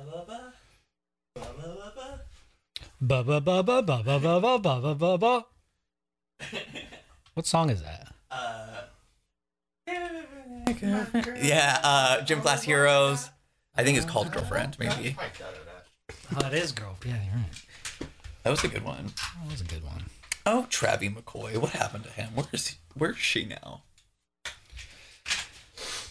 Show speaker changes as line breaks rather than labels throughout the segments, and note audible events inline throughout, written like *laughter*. Ba-ba-ba. Ba-ba-ba-ba.
Ba ba ba ba ba ba ba ba ba ba ba *laughs* ba. What song is that?
Yeah, uh, Gym Class Heroes. I think it's called Girlfriend, maybe.
Oh, it is Girl. Yeah, you're right.
That was a good one.
That was a good one.
Oh, Travie McCoy. What happened to him? Where is he? Where's she now?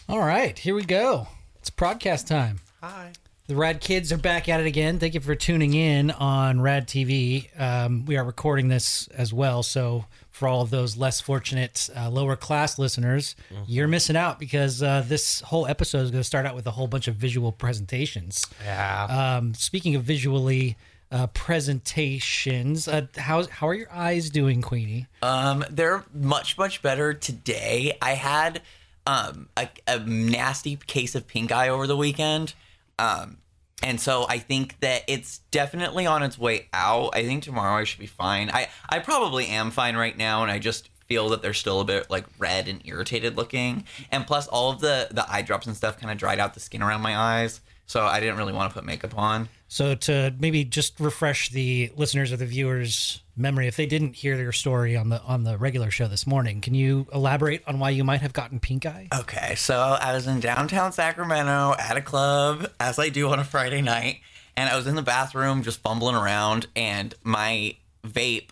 All right, here we go. It's podcast time.
Hi.
The Rad Kids are back at it again. Thank you for tuning in on Rad TV. Um, we are recording this as well. So, for all of those less fortunate, uh, lower class listeners, you're missing out because uh, this whole episode is going to start out with a whole bunch of visual presentations.
Yeah.
Um, speaking of visually uh, presentations, uh, how, how are your eyes doing, Queenie?
Um, they're much much better today. I had um a, a nasty case of pink eye over the weekend. Um, and so I think that it's definitely on its way out. I think tomorrow I should be fine. I I probably am fine right now, and I just feel that they're still a bit like red and irritated looking. And plus, all of the the eye drops and stuff kind of dried out the skin around my eyes, so I didn't really want to put makeup on.
So, to maybe just refresh the listeners or the viewers' memory, if they didn't hear your story on the on the regular show this morning, can you elaborate on why you might have gotten pink eye?
Okay, so I was in downtown Sacramento at a club, as I do on a Friday night, and I was in the bathroom just fumbling around, and my vape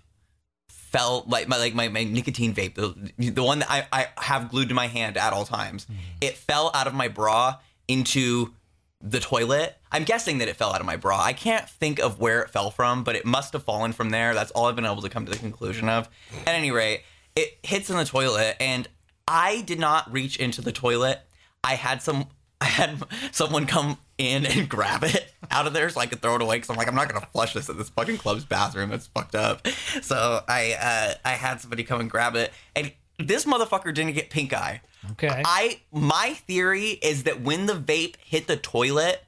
fell like my like my, my nicotine vape, the, the one that I, I have glued to my hand at all times. It fell out of my bra into the toilet. I'm guessing that it fell out of my bra. I can't think of where it fell from, but it must have fallen from there. That's all I've been able to come to the conclusion of. At any rate, it hits in the toilet, and I did not reach into the toilet. I had some. *laughs* I had someone come in and grab it out of there so I could throw it away because I'm like I'm not gonna flush this at this fucking club's bathroom. That's fucked up. So I uh, I had somebody come and grab it, and this motherfucker didn't get pink eye.
Okay.
I my theory is that when the vape hit the toilet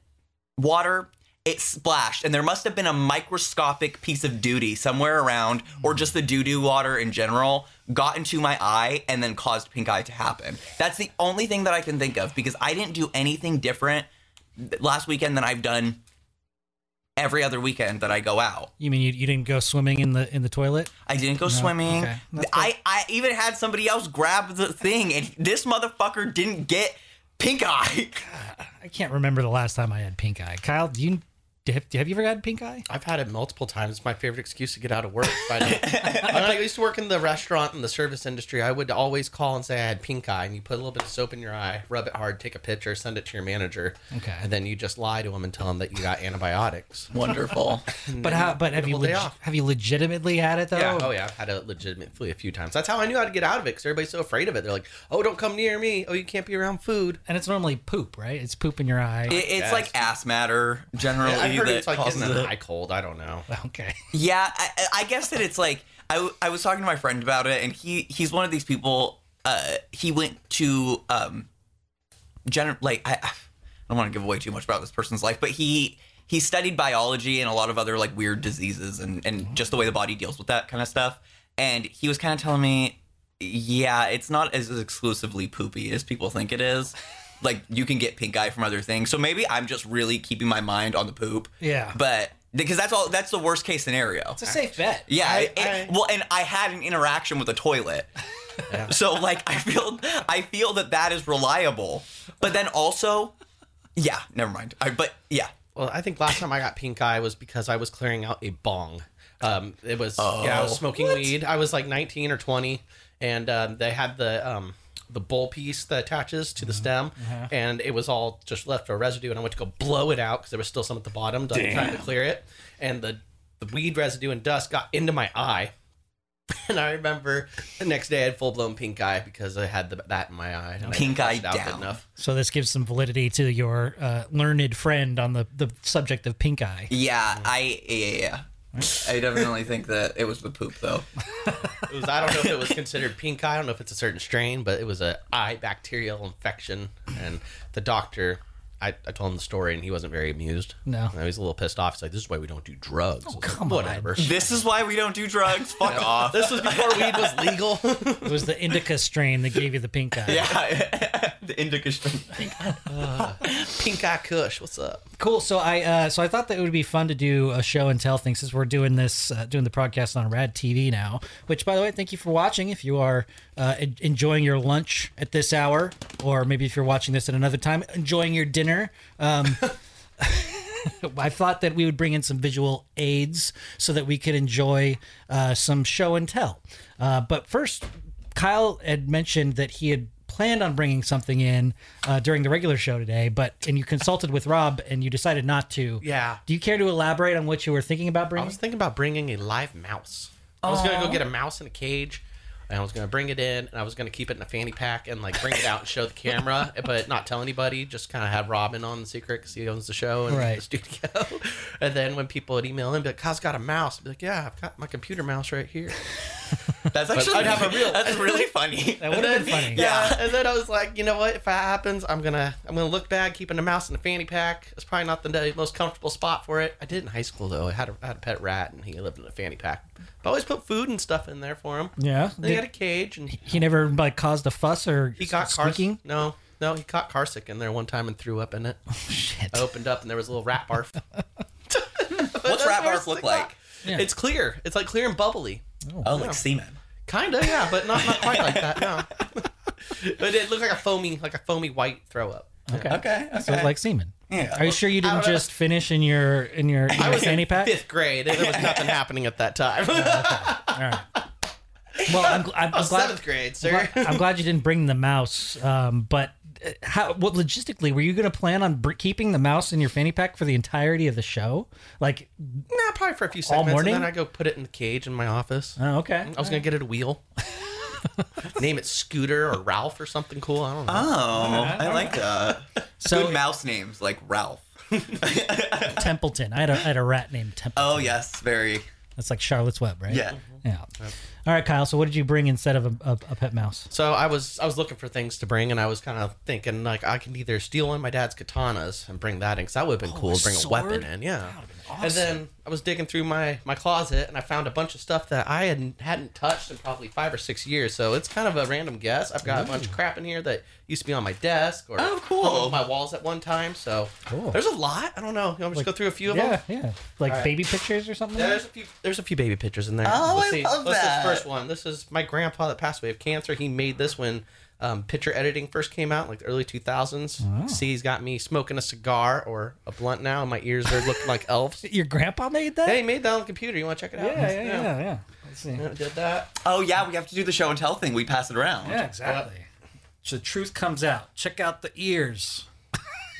water, it splashed, and there must have been a microscopic piece of duty somewhere around,
Hmm.
or just the doo doo water in general got into my eye and then caused pink eye to happen. That's the only thing that I can think of because I didn't do anything different th- last weekend than I've done every other weekend that I go out.
You mean you, you didn't go swimming in the in the toilet?
I didn't go swimming.
Okay. That's
I, I even had somebody else grab the thing, and this motherfucker didn't get pink eye. *laughs*
I can't remember the last time I had pink eye. Kyle, do you have, have you ever had pink eye?
I've had it multiple times. It's my favorite excuse to get out of work. If I, don't- *laughs* when I used to work in the restaurant and the service industry, I would always call and say I had pink eye, and you put a little bit of soap in your eye, rub it hard, take a picture, send it to your manager,
Okay.
and then you just lie to him and tell him that you got antibiotics.
Wonderful.
But how? But have you
whole Mm, day
leg-
off.
have you legitimately had it though?
Yeah. Oh, yeah. I've had it legitimately a few times. That's how I knew how to get out of it because everybody's so afraid of it. They're like, oh, don't come near me. Oh, you can't be around food.
And it's normally poop, right? It's poop in your eye.
*laughs* It, it's like ass matter generally.
I heard
that
it's like
causes
getting an
it.
eye cold. I don't know. *laughs*
okay.
Yeah, I, I- I guess that it's like I, w- I was talking to my friend about it, and he he's one of these people. Uh, he went to um, gener- like I, I don't want to give away too much about this person's life, but he he studied biology and a lot of other like weird diseases and and just the way the body deals with that kind of stuff. And he was kind of telling me, yeah, it's not as exclusively poopy as people think it is. Like you can get pink eye from other things, so maybe I'm just really keeping my mind on the poop.
Yeah.
but because that's all that's the worst case scenario.
It's a safe bet.
Yeah,
I-
it-
I-
well, and I had an interaction with a toilet,
*laughs* Yeah.
so like I feel I feel that that is reliable. But then also, yeah, never mind. I, but yeah,
Well, I think last time I got pink eye was because I was clearing out a bong. Um, it was yeah,
Oh.
I was smoking weed. I was like 19 or 20, and um, they had the um, the bowl piece that attaches
Mm-hmm.
to the stem,
Uh-huh.
and it was all just left a residue. And I went to go blow it out because there was still some at the bottom, like, trying to clear it. And the the weed residue and dust got into my eye. *laughs* And I remember the next day I had full blown pink eye because I had the, that in my eye. and I didn't
Pink eye
flush it out
down.
So this gives some validity to your uh, learned friend on the, the subject of pink eye.
yeah, I yeah, yeah. I definitely think that it was the poop though.
It was, I don't know if it was considered pink eye. I don't know if it's a certain strain, but it was a eye bacterial infection, and the doctor I, I told him the story and he wasn't very amused.
No.
And he was a little pissed off. He's like, this is why we don't do drugs. Oh,
come on.
Whatever.
This is why we don't do drugs. Fuck off.
This was before weed was legal.
It was the indica strain that gave you the pink eye.
*laughs* Yeah, *laughs* the indica strain.
*laughs* Pink Eye Kush, what's up?
Cool. So I uh, so I thought that it would be fun to do a show and tell thing since we're doing this uh, doing the podcast on Rad TV now. Which, by the way, thank you for watching. If you are uh, en- enjoying your lunch at this hour, or maybe if you're watching this at another time, enjoying your dinner. Um, I thought that we would bring in some visual aids so that we could enjoy uh, some show and tell. Uh, but first, Kyle had mentioned that he had planned on bringing something in uh, during the regular show today, but and you consulted with Rob and you decided not to.
Yeah.
Do you care to elaborate on what you were thinking about
I
bringing?
was thinking about bringing a live mouse. I was gonna go get a mouse in a cage, and I was gonna bring it in, and I was gonna keep it in a fanny pack and like bring it out and show the camera, but not tell anybody. Just kind of have Robin on the secret because he owns the show and
Right.
the studio. *laughs* and then when people would email him, be like, "Kyle's got a mouse," I'd be like, "Yeah, I've got my computer mouse right here."
That's actually
I'd have a real-
That's *laughs* really funny.
that would have been funny.
Yeah, and then I was like, you know what? If that happens, I'm gonna I'm gonna look bad keeping a mouse in a fanny pack. It's probably not the most comfortable spot for it. I did in high school though. I had a, I had a pet rat and he lived in a fanny pack. But I always put food and stuff in there for him.
Yeah.
And he had a cage and
He never like caused a fuss or
he got car
squeaking.
No, no, he caught carsick in there one time and threw up in it.
Shit.
I opened up and there was a little rat barf.
*laughs*
*laughs*
What's rat barf look like?
Yeah.
It's clear. It's like clear and bubbly.
Oh, like semen.
Kinda, yeah, but not, not quite like that. No, *laughs* but it looked like a foamy, like a foamy white throw up.
Okay.
Okay, okay.
So it's like semen.
Yeah.
Are you sure you didn't
don't know.
just finish in your in your, in your
was in
fanny pack?
fifth grade. There was *laughs* nothing happening at that time. *laughs*
All right. Well, I'm, gl- I'm, I'm glad.
Seventh grade,
I'm
sir.
glad- I'm glad you didn't bring the mouse. Um, but uh, how? What logistically were you going to plan on br- keeping the mouse in your fanny pack for the entirety of the show? Like,
*laughs* nah, probably for a few seconds.
morning?
And then I go put it in the cage in my office.
oh, okay.
I was gonna get it a wheel. Name it Scooter or Ralph or something cool. I don't know.
Oh, I *laughs* like that.
So-
Good mouse names like Ralph.
*laughs* Templeton. I had a, I had a rat named Templeton.
Oh yes, very.
Oh.
That's like Charlotte's Web, right?
Yeah.
Yeah. All right, Kyle. So what did you bring instead of a, a, a pet mouse?
So I was I was looking for things to bring, and I was kind of thinking like I can either steal one of my dad's katanas and bring that in, because that would have been cool. to Bring a weapon in, yeah. And then I was digging through my my closet, and I found a bunch of stuff that I hadn't hadn't touched in probably five or six years. So it's kind of a random guess. I've got a bunch of crap in here that used to be on my desk or
Oh, cool.
hung up on my walls at one time. So
Cool.
there's a lot. I don't know. You want me to just go through a few of them?
Yeah, yeah. Like
right.
baby pictures or something.
There's a few. There's a few baby pictures in there.
Oh,
Let's
I
see.
love
What's
that.
This first one. This is my grandpa that passed away of cancer. He made this when um, picture editing first came out, like the early 2000s. See, he's got me smoking a cigar or a blunt now, and my ears are
*laughs*
looking like elves.
Your grandpa made that.
Hey, he made that on the computer. You want to check it out?
yeah, yeah, yeah, yeah. Let's see.
Yeah, Did that.
Oh yeah, we have to do the show and tell thing. We pass it around.
Yeah, exactly. So the truth comes out. Check out the ears.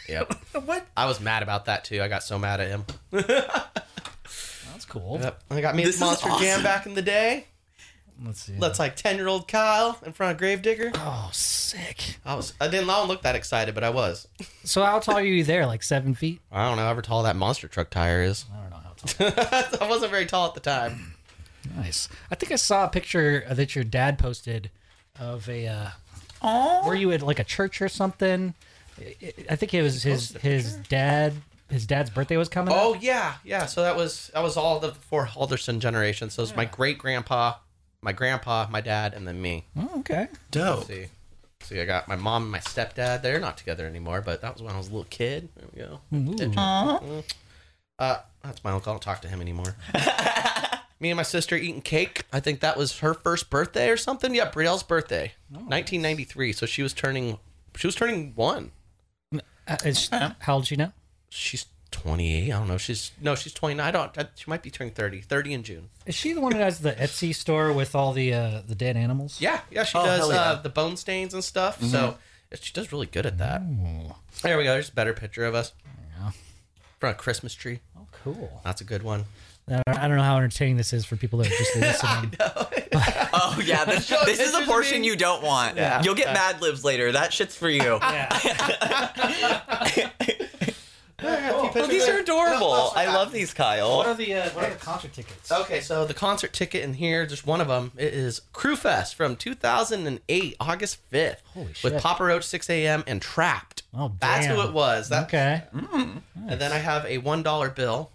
Yep.
What?
I was mad about that too. I got so mad at him.
That's cool.
Yep. I got me
This is
this Monster
awesome.
Jam back in the day.
Let's see.
That's like 10 year old Kyle in front of Gravedigger.
oh, sick.
I was. I didn't I don't look that excited, but I was.
So how tall are you there? Like seven feet?
I don't know how tall that monster truck tire is.
I don't know how tall.
*laughs* I wasn't very tall at the time.
*laughs* nice. I think I saw a picture uh, that your dad posted of a. Uh, Were you at like a church or something? I- I- I think it was his his dad. His dad's birthday was coming. up.
Oh yeah, yeah. So that was that was all the four Halderson generations. So it was my great grandpa, my grandpa, my dad, and then me.
Oh, okay.
Dope.
See, see, I got my mom and my stepdad. They're not together anymore, but that was when I was a little kid. There we go.
Ooh.
Uh, that's my uncle. I don't talk to him anymore. Me and my sister eating cake. I think that was her first birthday or something. Yeah, Brielle's birthday, 1993. So she was turning, she was turning one.
Uh, is- how old is she now?
She's 28. I don't know. She's no, she's 29. I don't. I, she might be turning 30. 30 in June.
Is she the one who has the Etsy store with all the uh, the dead animals?
Yeah, yeah, she
Oh,
does
hell yeah.
uh, the bone stains and stuff. So she does really good at that. There we go. There's a better picture of us from a Christmas tree.
Oh, cool.
That's a good one.
I don't- I don't know how entertaining this is for people that are *laughs* just listening.
Oh yeah, this, this is a
pictures
portion
being-
you don't want.
Yeah.
You'll get Mad Libs later. That shit's for you.
*laughs* yeah.
Oh, these are adorable.
Oh,
I love these, Kyle.
the uh, what are the concert tickets?
Okay, so the concert ticket in here, just one of them, it is Crew Fest from 2008, August 5th,
Holy shit.
with Papa Roach 6 a.m. and Trapped.
Oh,
That's
damn.
who it was. That,
Okay.
And then I have a one dollar bill.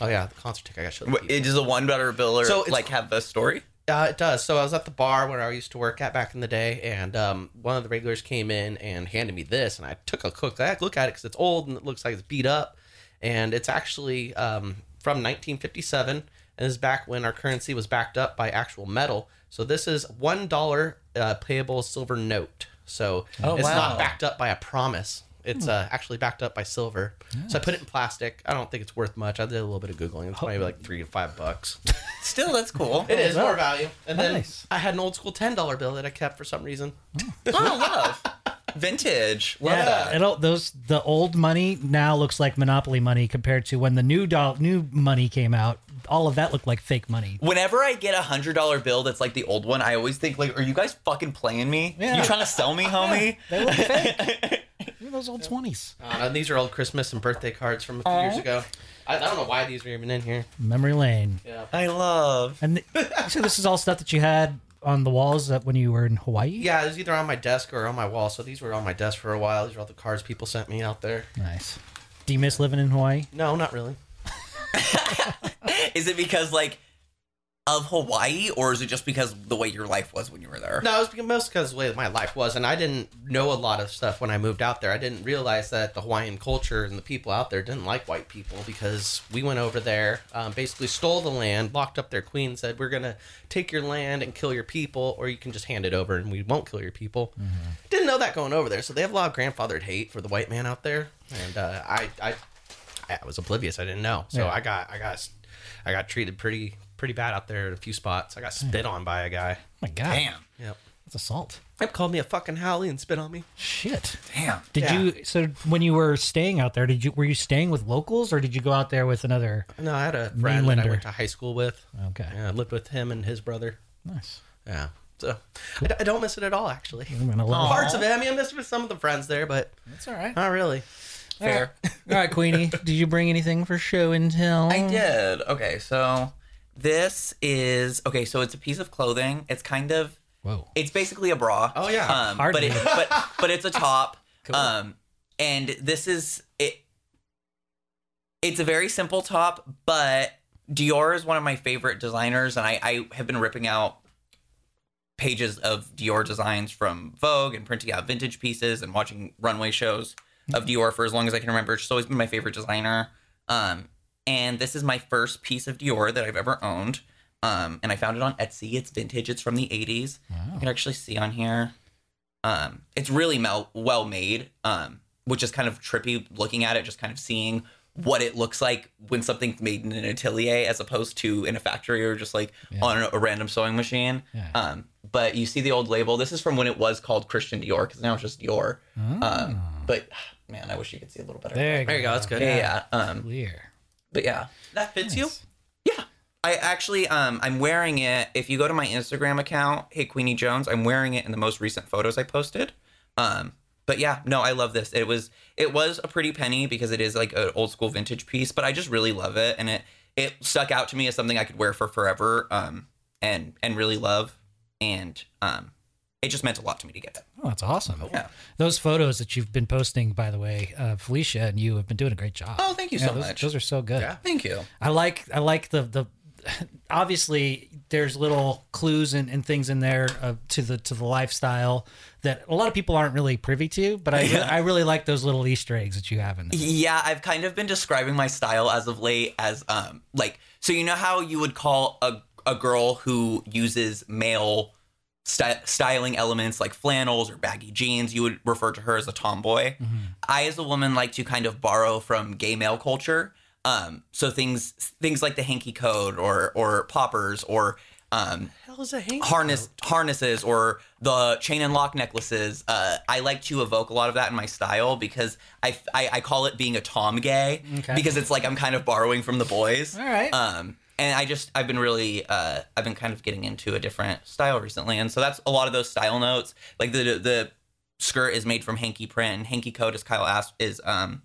Oh yeah, the concert ticket. I got to show the
Wh-
people.
It is a one dollar bill or
So it's-
like have a story.
Uh, it does. So I was at the bar where I used to work at back in the day, and um, one of the regulars came in and handed me this, and I took a quick look at it because it's old and it looks like it's beat up, and it's actually um, from 1957, and this is back when our currency was backed up by actual metal. So this is one dollar uh, payable silver note. So
Oh,
it's
wow. Hmm.
not backed up by a promise. It's uh, actually backed up by silver. So I put it in plastic. I don't think it's worth much. I did a little bit of googling. It's maybe like three to five bucks.
Still, that's cool. *laughs*
It is more value. And then
Nice.
I had an old school ten dollar bill that I kept for some reason.
oh, love vintage. Love
Yeah,
that.
it'll, those the old money now looks like monopoly money compared to when the new doll, new money came out. All of that looked like fake money.
Whenever I get a hundred dollar bill that's like the old one, I always think like, "Are you guys fucking playing me?
Yeah.
You trying to sell me, homie?"
They look fake. Look at those old twenties.
Uh, these are old Christmas and birthday cards from a few years ago. I, I don't know why these are even in here.
Memory lane.
Yeah.
I love.
And the, so this is all stuff that you had on the walls that when you were in Hawaii.
Yeah, it was either on my desk or on my wall. So these were on my desk for a while. These are all the cards people sent me out there.
Nice. Do you miss living in Hawaii?
No, not really.
Is it because like of Hawaii, or is it just because the way your life was when you were there?
No, it was because, most because of the way my life was, and I didn't know a lot of stuff when I moved out there. I didn't realize that the Hawaiian culture and the people out there didn't like white people because we went over there, um, basically stole the land, locked up their queen, said we're gonna take your land and kill your people, or you can just hand it over and we won't kill your people. Didn't know that going over there, so they have a lot of grandfathered hate for the white man out there, and uh, I, I, I was oblivious. I didn't know, so
Yeah.
I got, I got, I got treated pretty, pretty bad out there in a few spots. I got spit on by a guy.
Oh my God,
Damn,
Yep.
that's assault.
Yep, called me a fucking howley and spit on me.
Shit.
damn.
Did
Yeah.
you? So when you were staying out there, did you were you staying with locals or did you go out there with another?
No, I had a friend that I
Mainlander.
went to high school with.
Okay.
Yeah, I lived with him and his brother.
Nice.
Yeah. So I d- I don't miss it at all, actually.
I'm gonna love it.
Parts of it. I mean, I miss it with some of the friends there, but
That's all right.
not really.
Fair.
All right, Queenie, did you bring anything for show and tell?
I did. Okay, so this is okay. So it's a piece of clothing. It's kind of
Whoa.
It's basically a bra.
Oh, yeah.
um, but
Hardly.
it, but but
*laughs*
it's a top. Um, and this is it. It's a very simple top, but Dior is one of my favorite designers, and I, I have been ripping out pages of Dior designs from Vogue and printing out vintage pieces and watching runway shows of
Mm-hmm.
Dior for as long as I can remember. She's always been my favorite designer. Um, and this is my first piece of Dior that I've ever owned. Um, and I found it on Etsy. It's vintage. It's from the 80s. You can actually see on here. Um, it's really mel- well made, um, which is kind of trippy looking at it, just kind of seeing what it looks like when something's made in an atelier as opposed to in a factory or just like on a, a random sewing machine.
Yeah.
Um, but you see the old label. This is from when it was called Christian Dior because now it's just Dior. Um, but man, I wish you could see a little better.
Ah. There you go.
There you go. That's good.
Yeah, yeah. Um,
Clear.
but yeah, that fits you. Yeah, I actually, um, I'm wearing it. If you go to my Instagram account, hey Queenie Jones, I'm wearing it in the most recent photos I posted. Um, but yeah, no, I love this. It was it was a pretty penny because it is like an old school vintage piece, but I just really love it, and it it stuck out to me as something I could wear for forever. Um, and and really love, and um, it just meant a lot to me to get it.
Oh, that's awesome.
Yeah.
Those photos that you've been posting, by the way, uh, Felicia and you have been doing a great job.
Oh, thank you
Yeah,
so
those,
much.
Those are so good.
Yeah.
Thank you.
I like I like the the obviously there's little clues and, and things in there uh, to the to the lifestyle that a lot of people aren't really privy to, but
*laughs*
I I really like those little Easter eggs that you have in there.
Yeah, I've kind of been describing my style as of late as um like so you know how you would call a a girl who uses male sty- styling elements like flannels or baggy jeans, you would refer to her as a tomboy. I as a woman like to kind of borrow from gay male culture. Um so things things like the hanky code or or poppers or um
Hell is a hank.
harness harnesses or the chain and lock necklaces. Uh, I like to evoke a lot of that in my style because I I, I call it being a tom gay
Okay.
because it's like I'm kind of borrowing from the boys.
All right.
Um, and I just I've been really uh, I've been kind of getting into a different style recently, and so that's a lot of those style notes. Like the the skirt is made from hanky print, and hanky coat, as Kyle asked, is um.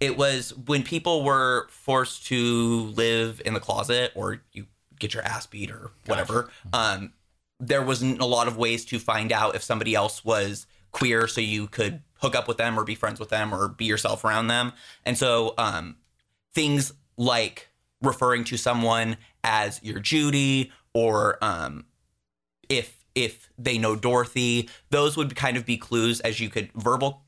It was when people were forced to live in the closet, or you get your ass beat, or whatever. Um, there wasn't a lot of ways to find out if somebody else was queer, so you could hook up with them or be friends with them or be yourself around them. And so um, things like referring to someone as your Judy or um, if if they know Dorothy, those would kind of be clues as you could verbal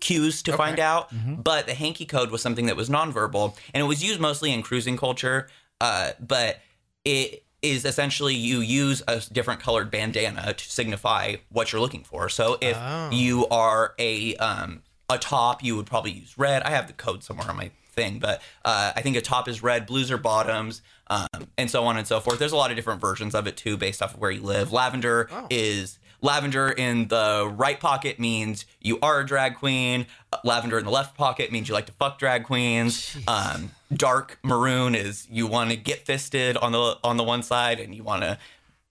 cues to find out. But the hanky code was something that was nonverbal, and it was used mostly in cruising culture. Uh, but it is essentially you use a different colored bandana to signify what you're looking for. So if
Oh.
you are a um, a top, you would probably use red. I have the code somewhere on my thing, but uh, I think a top is red, blues are bottoms, um, and so on and so forth. There's a lot of different versions of it too, based off of where you live. Lavender is lavender in the right pocket means you are a drag queen. Uh, Lavender in the left pocket means you like to fuck drag queens. Um, dark maroon is you want to get fisted on the on the one side, and you want to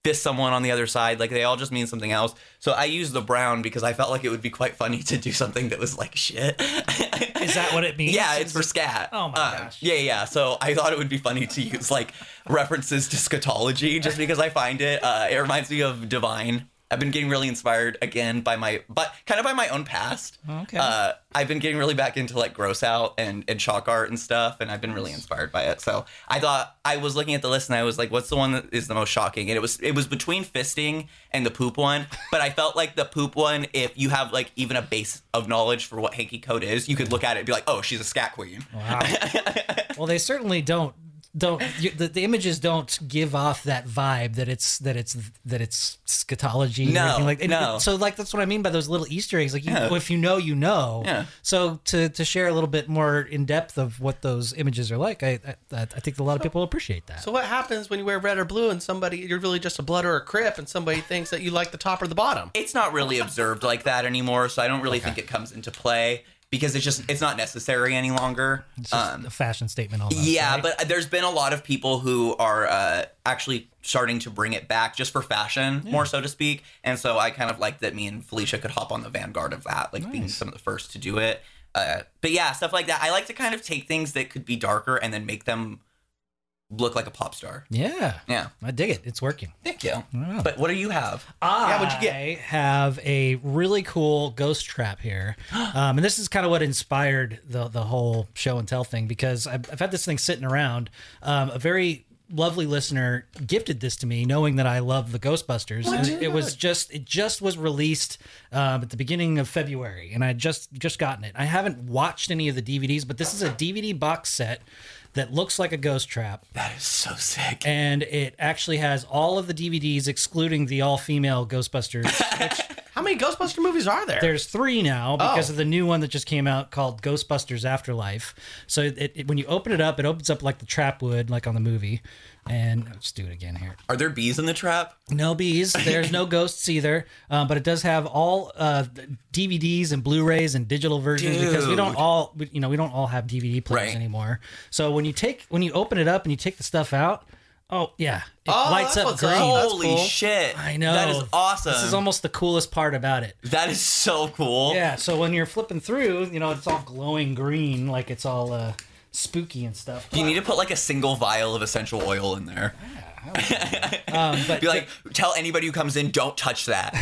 fist someone on the other side. Like they all just mean something else. So I used the brown because I felt like it would be quite funny to do something that was like shit.
Is that
*laughs*
what it means?
Yeah, it's for scat.
Oh my
Um,
gosh.
Yeah, yeah. So I thought it would be funny to use like references to scatology, just because I find it. Uh, it reminds me of Divine. I've been getting really inspired again by my, but kind of by my own past.
Okay.
Uh, I've been getting really back into like gross out and and chalk art and stuff, and I've been really inspired by it. So I thought I was looking at the list and I was like, "What's the one that is the most shocking?" And it was it was between fisting and the poop one, but I felt like the poop one, if you have like even a base of knowledge for what hanky code is, you could look at it and be like, "Oh, she's a scat queen."
Wow. well, they certainly don't don't you, the, the images don't give off that vibe that it's that it's that it's scatology or
No,
anything like and-
no.
so like that's what i mean by those little easter eggs like you,
Yeah.
if you know you know
Yeah.
so to to share a little bit more in depth of what those images are like i i, I think a lot of people appreciate that
So what happens when you wear red or blue and somebody you're really just a blood or a crip and somebody thinks that you like the top or the bottom?
It's not really observed like that anymore, so I don't really think it comes into play because it's just it's not necessary any longer.
it's just a fashion statement almost
um, Yeah,
right?
but there's been a lot of people who are uh, actually starting to bring it back just for fashion, more so to speak. And so I kind of like that me and Felicia could hop on the vanguard of that, like being some of the first to do it. Uh, but yeah, stuff like that. I like to kind of take things that could be darker and then make them look like a pop star.
yeah
Yeah.
i dig it it's working
Thank you.
Wow.
But what do you have?
I
Yeah, what'd you get?
have a really cool ghost trap
*gasps*
here, um, and this is kind of what inspired the the whole show and tell thing because I've, I've had this thing sitting around. Um, a very lovely listener gifted this to me, knowing that I love the Ghostbusters. and it was just it just was released um, at the beginning of February, and I had just just gotten it. I haven't watched any of the DVDs, but this is a DVD box set that looks like a ghost trap
That is so sick.
and it actually has all of the DVDs, excluding the all-female Ghostbusters.
How many Ghostbuster movies are there?
There's three now because
Oh.
of the new one that just came out called Ghostbusters Afterlife. So it, it, when you open it up, it opens up like the trap would, like on the movie. And let's do it again here.
Are there bees in the trap?
No bees. There's
*laughs*
no ghosts either, um, but it does have all uh, DVDs and Blu-rays and digital versions because we don't
Dude.
all, we, you know, we don't all have DVD players
Right.
anymore. So when you take when you open it up and you take the stuff out, oh yeah, it
Oh,
lights
that's
up
what's
green.
up. That's
Holy
cool.
shit.
I know.
That is awesome.
This is almost the coolest part about it.
that is so cool.
Yeah, so when you're flipping through, you know, it's all glowing green, like it's all uh, spooky and stuff.
You need to put like a single vial of essential oil in there.
Um, but
Be like, tell anybody who comes in, don't
*laughs*
touch that.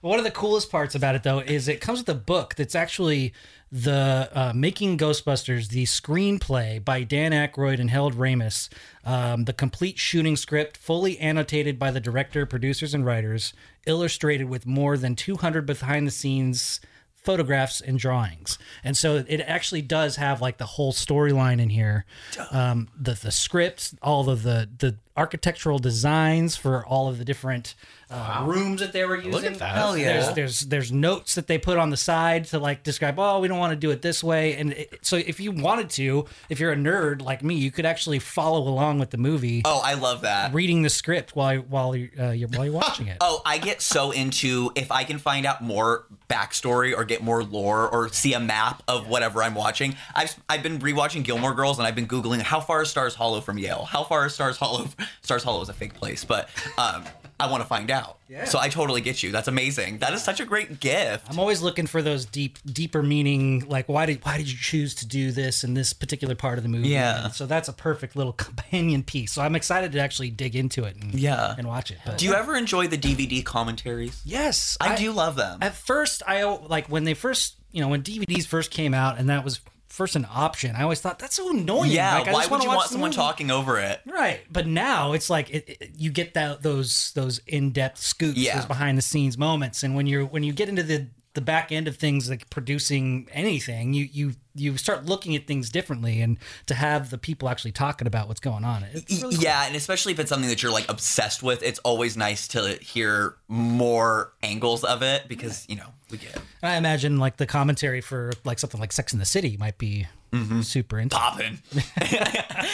one of the coolest parts about it, though, is it comes with a book that's actually the uh, Making Ghostbusters, the screenplay by Dan Aykroyd and Harold Ramis, um, the complete shooting script, fully annotated by the director, producers, and writers, illustrated with more than 200 behind the scenes photographs and drawings. And so it actually does have like the whole storyline in here. Um, the, the scripts, all of the, the architectural designs for all of the different uh, rooms that they were using.
Look at that.
Hell yeah.
There's, there's there's notes that they put on the side to like describe. Oh, we don't want to do it this way. And it, so if you wanted to, if you're a nerd like me, you could actually follow along with the movie,
Oh, I love that.
reading the script while while you're, uh, you're while you're watching it.
*laughs* Oh, I get so into if I can find out more backstory or get more lore or see a map of whatever I'm watching. I've I've been rewatching Gilmore Girls and I've been googling how far is Stars Hollow from Yale. How far is Stars Hollow? Stars Hollow is a fake place, but um, I want to find out.
Yeah.
So I totally get you. That's amazing. That is such a great gift.
I'm always looking for those deep, deeper meaning. Like, why did why did you choose to do this in this particular part of the movie?
Yeah.
And so that's a perfect little *laughs* companion piece. So I'm excited to actually dig into it and
Yeah.
and watch it. But
Do you ever enjoy the DVD commentaries?
yes,
I, do love them.
At first, I al- like when they first, you know, when DVDs first came out, and that was first an option. I always thought that's so annoying.
yeah,
Like, I
why
just
would
wanna
you
watch
want
the
someone
movie.
talking over it?
Right, but now it's like it, it, you get that those those in depth scoops,
Yeah.
those behind the scenes moments, and when you're when you get into the the back end of things like producing anything, you you you start looking at things differently, and to have the people actually talking about what's going on, it's really
Yeah, and especially if it's something that you're like obsessed with, it's always nice to hear more angles of it because, you know, we get
I imagine like the commentary for like something like Sex in the City might be
Mm-hmm.
super interesting.
popping.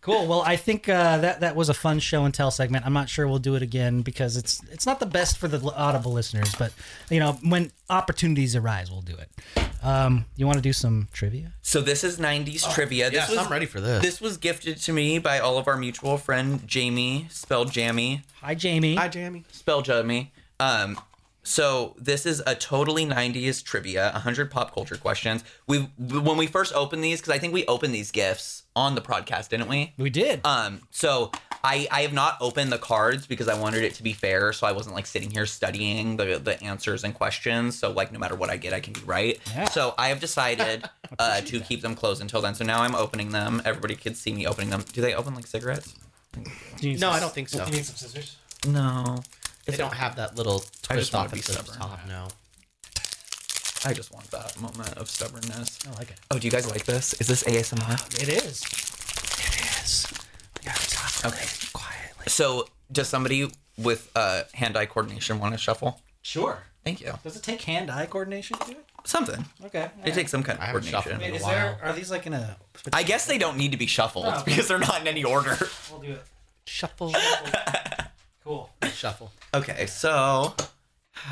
Cool. Well, I think uh, that that was a fun show and tell segment. I'm not sure we'll do it again because it's it's not the best for the l- Audible listeners, but you know when opportunities arise, we'll do it. Um, you want to do some trivia?
So this is 90s
Oh,
trivia. This
Yes,
was,
I'm ready for this.
This was gifted to me by all of our mutual friend Jamie, spelled Jamie,
Hi, Jamie.
Hi, Jamie.
spell Jamie. Um, so this is a totally 90s trivia, 100 pop culture questions. We when we first opened these cuz I think we opened these gifts on the podcast, didn't we?
We did.
Uh,
Um, so I I have not opened the cards because I wanted it to be fair, so I wasn't like sitting here studying the the answers and questions. So like no matter what I get, I can be right.
Yeah.
So I have decided uh, to keep them closed until then. So now I'm opening them. Everybody could see me opening them. Do they open like cigarettes?
Do you need
No,
some-
I don't think so.
You need some scissors?
No,
They don't have that little
I just
twist
wanna
off
be
at the
stubborn.
top. No.
I just want that moment of stubbornness.
I like it.
Oh, do you guys like this? Is this ASMR?
It is. It is. We gotta talk
Okay.
quietly.
So does somebody with uh, hand-eye coordination want to shuffle?
Sure.
Thank you.
Does it take hand-eye coordination to do it?
Something.
Okay.
It takes some kind
I
of
haven't shuffled
coordination.
in a
Is
while.
there? Are these like in a?
I guess they don't need to be shuffled
No.
because they're not in any order.
We'll do it.
Shuffle,
*laughs* Cool.
shuffle.
Okay, so.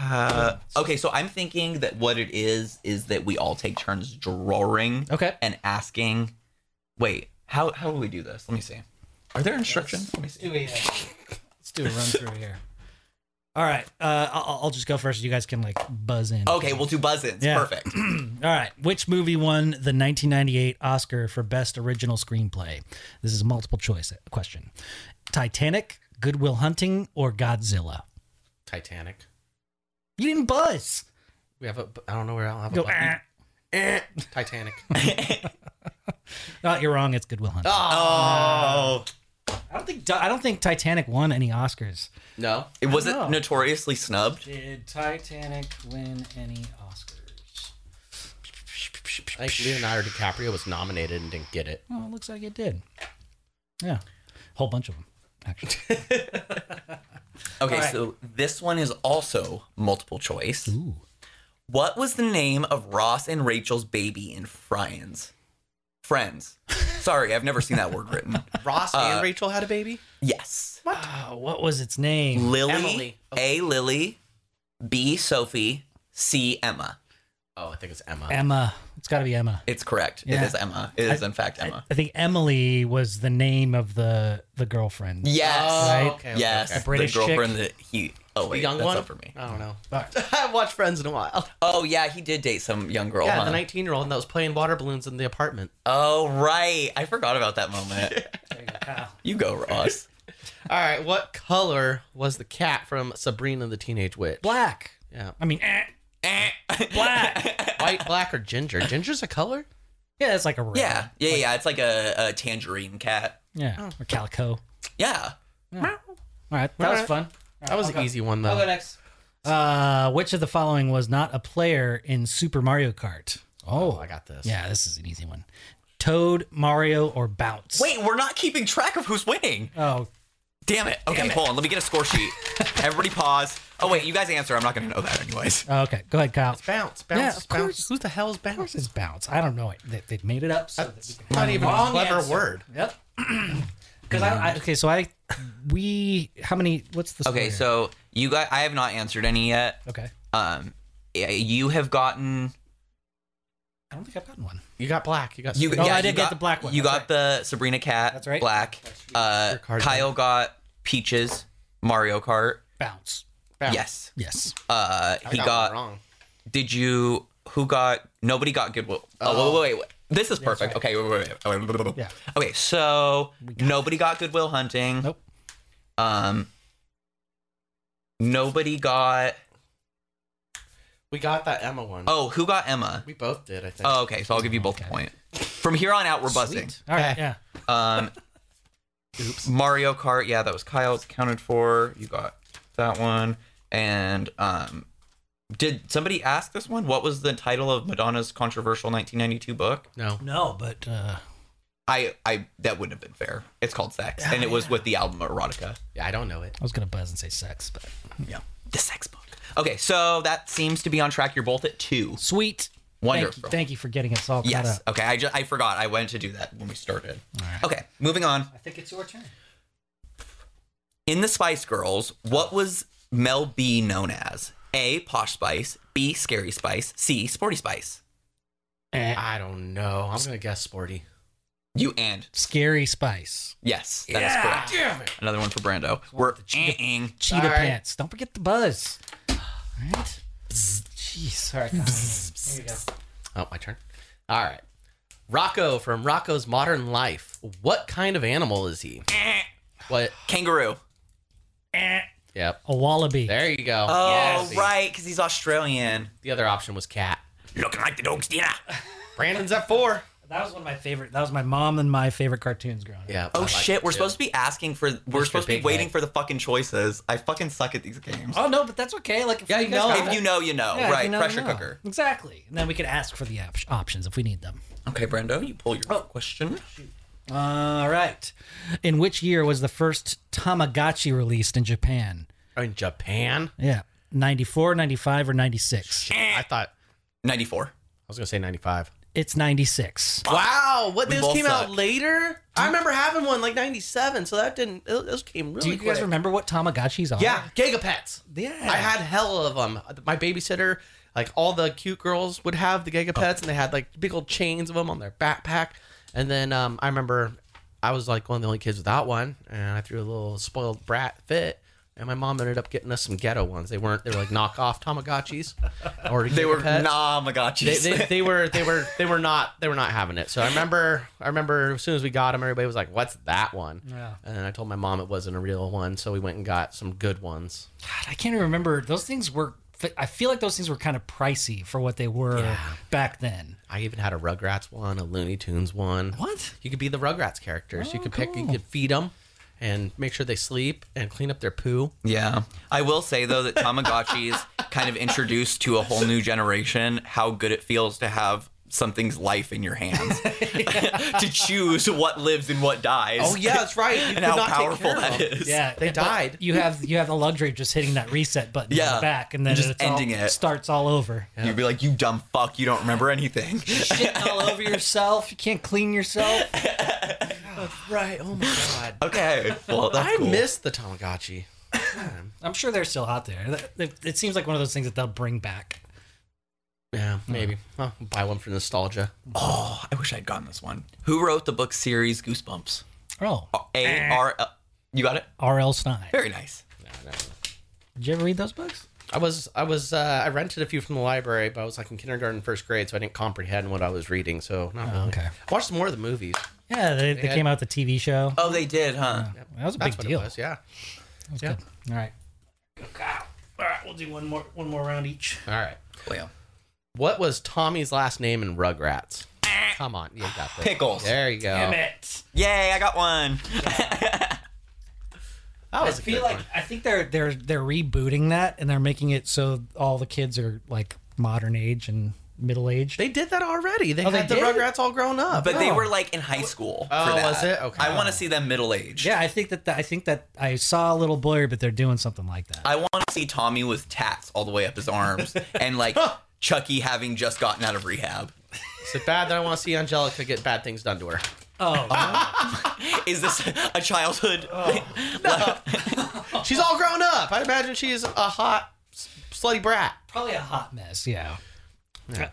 Uh, okay, so I'm thinking that what it is is that we all take turns drawing
Okay.
and asking. Wait, how how do we do this? Let me see. Are there instructions? Let me see.
do a uh, let's do a run through here. All right, uh, I'll, I'll just go first. You guys can like buzz in.
Okay, we'll do buzzins.
Yeah.
*clears throat* Perfect.
All right. Which movie won the 1998 Oscar for Best Original Screenplay? This is a multiple choice uh, question. Titanic, Goodwill Hunting, or Godzilla?
Titanic.
You didn't buzz.
We have a. I don't know where I'll have a.
Go.
button.
"Ah."
Titanic.
Oh, you're wrong. It's Goodwill Hunting.
Oh,
I don't think I don't think Titanic won any Oscars.
no.
it was it
know.
notoriously snubbed.
Did Titanic win any Oscars?
I think Leonardo DiCaprio was nominated and didn't get it.
Oh, it looks like it did. Yeah, whole bunch of them actually.
Okay,
All right.
so this one is also multiple choice.
Ooh.
What was the name of Ross and Rachel's baby in Friends? Friends. Sorry, I've never seen that word written.
Ross and Rachel had a baby.
Yes.
Ah, what was its name?
Lily.
Emily.
A. Lily. B. Sophie. C. Emma.
Oh, I think it's Emma.
Emma. It's got to be Emma.
It's correct.
Yeah.
It is Emma. It is in fact Emma.
I think Emily was the name of the the girlfriend.
yes.
Oh,
Right?
okay, okay,
yes.
okay.
A British
the girlfriend that he. Oh
The
wait,
young
that's
one.
up for me.
I don't know.
All right.
*laughs* I haven't watched Friends in a while.
Oh yeah, he did date some young girl.
Yeah,
huh?
the 19 year old that was playing water balloons in the apartment.
oh right, I forgot about that moment.
*laughs* There you go, Kyle.
you go, Ross.
All right, what color was the cat from Sabrina the Teenage Witch?
Black.
Yeah.
I mean, eh,
Eh.
black.
White, black, or ginger? Ginger's a color?
yeah, it's like a red.
yeah, yeah, yeah. It's like a, a tangerine cat.
yeah, or calico. All
Yeah.
right, that
All
was
right.
fun.
That was an easy one, though.
next. Uh, which of the following was not a player in Super Mario Kart?
Oh, I got this.
Yeah, this is an easy one. Toad, Mario, or Bounce?
Wait, we're not keeping track of who's winning.
Oh,
Damn it. Okay, hold on. Let me get a score sheet. Everybody pause. Oh wait, you guys answer. I'm not gonna know that anyways.
okay. Go ahead, Kyle. Of
Bounce, bounce,
Yeah, of
bounce.
course.
Who the hell's bounce?
course, it's Bounce. I don't know it. They, they made it up. So that we
That's
can-
not even a
Wrong
clever
answer.
word.
Yep. *clears throat* Because I, I okay, so I we how many? What's the score
Okay,
here?
so you guys, I have not answered any yet.
okay.
Um, eh, you have gotten
I don't think I've gotten one.
You got black. You got
you.
Sabrina.
Oh,
yeah,
I
you
did get
got-
the black one.
You
That's
got the Sabrina cat.
That's right.
Black. Uh,
Your card
Kyle got peaches. Mario Kart.
Bounce.
Bounce.
Yes.
Yes.
Uh,
I
he
got,
got.
one wrong.
Did you? Who got? Nobody got Goodwill. Oh, wait, wait, wait. This is perfect.
right.
Okay, wait, wait, wait, wait, wait, wait, wait.
Yeah.
Okay, so nobody got Goodwill Hunting.
Nope.
Um. Nobody got.
We got that Emma one.
Oh, who got Emma?
We both did, I think.
Oh, okay. So I'll give you both a point. From here on out, we're buzzing.
All right.
Okay.
Yeah.
Um,
Oops.
Mario Kart. Yeah, that was Kyle's counted for. You got that one. And um, did somebody ask this one? What was the title of Madonna's controversial 1992 book?
No.
No, but uh,
I, I that wouldn't have been fair. It's called Sex, and it was with the album Erotica,
Yeah, I don't know it.
I was gonna buzz and say sex, but
the sex book. Okay, so that seems to be on track. You're both at two.
sweet.
Wonderful.
Thank you, thank you for getting us all caught
Yes.
up.
Okay. I just I forgot. I went to do that when we started. Okay. Moving on.
I think it's your turn.
In the Spice Girls, what was Mel B known as? A. Posh Spice. B. Scary Spice. C. Sporty Spice.
Eh,
I don't know. I'm gonna guess sporty.
You and
Scary Spice.
yes, that is correct.
Damn it.
Another one for Brando. We're ang
Cheetah
All right.
Pants. Don't forget the buzz. All right. Jeez. All right. There you go.
Oh, my turn. All right. Rocco from Rocco's Modern Life. What kind of animal is he? What?
kangaroo.
Yep.
A wallaby.
There you go.
Oh
See,
right, because he's Australian.
The other option was cat.
Looking like the dog's dinner.
Brandon's at four.
That was one of my favorite. That was my mom and my favorite cartoons growing up.
Yeah.
Oh shit, we're supposed to be asking for. We're
Mr.
supposed to be
Big
waiting
Head.
for the fucking choices. I fucking suck at these games.
Oh no, but that's okay. Like if
Yeah,
we
you guys
know,
got
If you know, you know.
Yeah, if
right,
you know, you
pressure
know.
cooker.
Exactly, and then we could ask for the op- options if we need them.
Okay, Brando, you pull your question.
All right. In which year was the first Tamagotchi released in Japan?
to. In Japan?
Yeah, 94, 95, or 96?
I thought I
Ninety-four.
was gonna say ninety-five.
It's 96.
Wow, what
We
those
both
came out
suck. Hmm?
later? I remember having one like '97, so that didn't. it- Those came really.
Do you guys
quick.
remember what Tamagotchis are?
Yeah, Gigapets.
Yeah.
I had hell of them. My babysitter, like all the cute girls would have the
Oh.
Gigapets, and they had like big old chains of them on their backpack. And then um, I remember I was like one of the only kids without one, and I threw a little spoiled brat fit. And my mom ended up getting us some ghetto ones. They weren't. They were like
*laughs*
knockoff Tamagotchis, or
They were
Gigapets
nah, my god,
they, they, they were they were they were not they were not having it. So I remember I remember as soon as we got them, everybody was like, "What's that one?"
Yeah.
And then I told my mom it wasn't a real one, so we went and got some good ones.
God, I can't even remember. Those things were. I feel like those things were kind of pricey for what they were back then.
I even had a Rugrats one, a Looney Tunes one.
What?
You could be the Rugrats characters. you could pick. You could feed them, and make sure they sleep and clean up their poo.
*laughs* Yeah. I will say though that Tamagotchis kind of introduced to a whole new generation how good it feels to have something's life in your
*laughs*
hands. *laughs* to choose what lives and what dies.
Oh,
*laughs*
that's *laughs* right. You
And how powerful that
*laughs*
is.
Yeah,
They
but
died.
You have you have the luxury of just hitting that reset button on
Yeah.
the back, and then
Just
it's all-
ending it.
starts all over.
You'd be like, you dumb fuck, you don't remember
*laughs*
anything.
Shitting all over yourself. You can't clean yourself.
Right. Oh my god.
okay. Well, that's
I
cool.
miss the Tamagotchi.
I'm sure they're still out there. That- that- It seems like one of those things that they'll bring back.
Yeah, maybe. I'll buy one for nostalgia.
Oh, I wish I'd gotten this one. Who wrote the book series Goosebumps?
Oh,
A R L. You got it?
R.L. Stein.
Very nice.
No, no.
Did you ever read those books?
I was I was uh, I rented a few from the library, but I was like in kindergarten, first grade, so I didn't comprehend what I was reading. So not really.
Oh, okay.
I watched more of the movies.
Yeah, they, they
Yeah.
came out with the TV show.
Oh, they did, huh?
that was a
That's
big
what
deal.
it was. Yeah.
That was
Yeah.
good. All right. All right, we'll do one more one more round each.
All right.
Well,
What was Tommy's last name in Rugrats? Come on, you got this.
Pickles.
There you go.
it!
Yay, I got one.
That
I
was a
feel
good
like
one.
I think they're they're they're rebooting that and they're making it so all the kids are like modern age and middle age.
They did that already. They
Oh, they
had the
did?
Rugrats all grown up.
But they
No.
were like in high school.
Oh,
for that.
was it? Okay.
I want to see them middle aged.
yeah, I think that the, I think that I saw a little blurry, but they're doing something like that.
I want to see Tommy with tats all the way up his arms
*laughs*
and like Chucky having just gotten out of rehab.
Is it bad that I want to see Angelica get bad things done
*laughs*
to her?
Oh,
Is this a childhood?
Oh.
*laughs*
She's all grown up. I imagine she's a hot, s- slutty brat.
probably a hot mess. Yeah.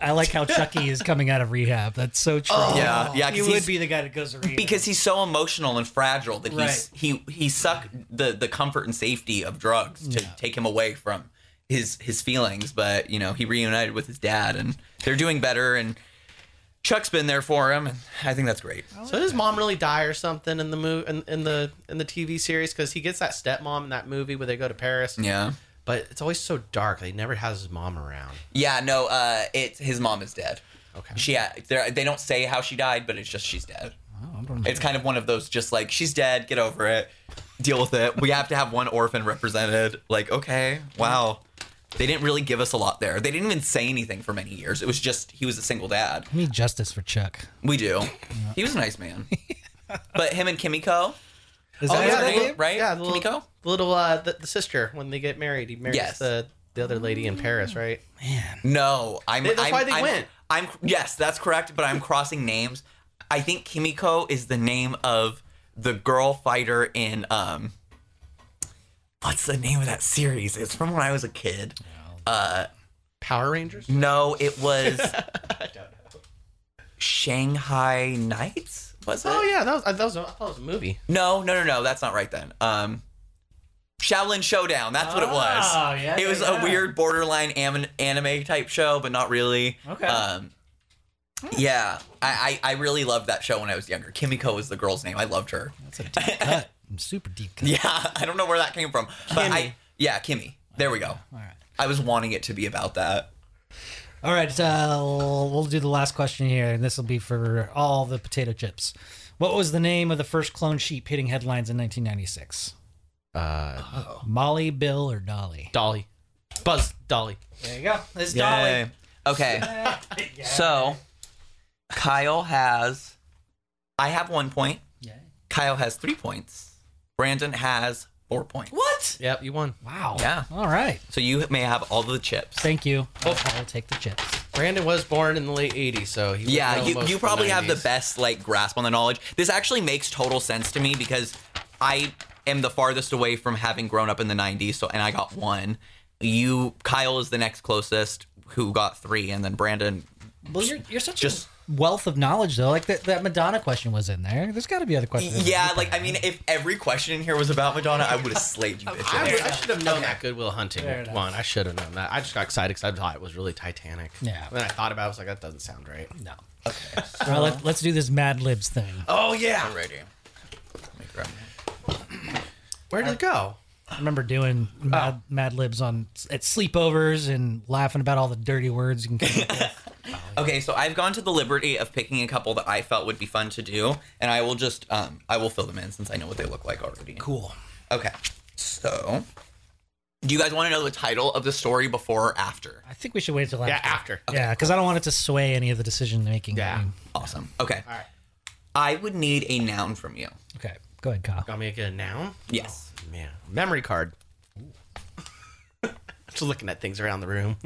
I like how Chucky is coming out of rehab. That's so true.
Oh, Yeah, yeah, 'cause
He
he's-
would be the guy that goes to rehab.
because he's so emotional and fragile that he's he he sucked the the comfort and safety of drugs to take him away from his his feelings but you know he reunited with his dad and they're doing better and Chuck's been there for him and I think that's great.
So did his mom really die or something in the movie in, in the in the TV series? Because he gets that stepmom in that movie where they go to Paris.
Yeah.
But it's always so dark. They never has his mom around.
Yeah, no uh it's his mom is dead.
Okay.
She they they don't say how she died but it's just she's dead.
Oh,
It's kind of one of those just like she's dead, get over it. Deal with it. We have to have one orphan represented. Like, okay, wow. They didn't really give us a lot there. They didn't even say anything for many years. It was just he was a single dad.
We need justice for Chuck.
We do. He was a nice
*laughs*
man. but him and Kimiko,
Is
Oh,
that
yeah,
his
they-
name?
name? right?
Yeah, the little,
Kimiko?
the little uh, the, the sister when they get married, he marries
Yes.
the the other lady in Paris, right?
No, I'm.
That's
I'm,
why they
I'm-
went.
I'm yes, that's correct. But I'm crossing names. I think Kimiko is the name of the girl fighter in um. What's the name of that series? It's from when I was a kid. Uh,
Power Rangers.
No, it
*laughs*
was. Shanghai Nights was it?
Oh yeah, that was that was, I thought it was a movie.
No, no, no, no. That's not right then. Um, Shaolin Showdown. That's what it was.
Oh, yeah,
It was
yeah, yeah.
a weird borderline am- anime type show, but not really.
Okay. Hmm.
Um, yeah, I, I I really loved that show when I was younger. Kimiko was the girl's name. I loved her.
That's a
*laughs*
deep cut. Super deep cut.
Yeah, I don't know where that came from, but I yeah, Kimmy. There we go.
All right.
I was wanting it to be about that.
All right, uh, we'll do the last question here, and this will be for all the potato chips. What was the name of the first clone sheep hitting headlines in 1996?
Uh,
Molly, Bill, or Dolly?
Dolly, Buzz Dolly.
There you go. It's
Yay.
*laughs*
Okay. So Kyle has I have one point.
Dolly.
Kyle has three points. Brandon has four points.
What?
Yep, you won.
Wow.
Yeah.
All right.
So you may have all the chips.
Thank you. I'll take the chips.
Brandon was born in the late '80s, so he was
Yeah,
real
you,
most
you
of
probably have the
90s.
best like grasp on the knowledge. This actually makes total sense to me because I am the farthest away from having grown up in the 90s, so and I got one. You Kyle is the next closest who got 3 and then Brandon
Well, you're, you're such
Just-
a wealth of knowledge, though. Like that, that Madonna question was in there. There's got to be other questions.
*laughs* Yeah, like I mean if every question in here was about Madonna, I would have slayed you bitch. in
I,
there.
*laughs* I should have known that Goodwill Hunting
Fair enough.
one. I should have known that. I just got excited because I thought it was really Titanic.
Yeah.
Then I thought about it. I was like, that doesn't sound right.
No. Okay. Well, let, let's do this Mad Libs thing.
Oh yeah.
Alrighty. Let me grab my-
Where did it go?
I remember doing Mad, Mad Libs on at sleepovers and laughing about all the dirty words. You can come up with.
Okay, so I've gone to the liberty of picking a couple that I felt would be fun to do, and I will just um I will fill them in since I know what they look like already.
cool.
Okay. So, do you guys want to know the title of the story before or after?
I think we should wait until
*laughs* Yeah,
after.
after.
Yeah, because I don't want it to sway any of the decision making.
Yeah.
Awesome. Okay.
All right.
I would need a noun from you.
Okay. Go ahead, Kyle.
Got me a good noun.
Yes.
Man, memory card. *laughs* Just looking at things around the room. *laughs*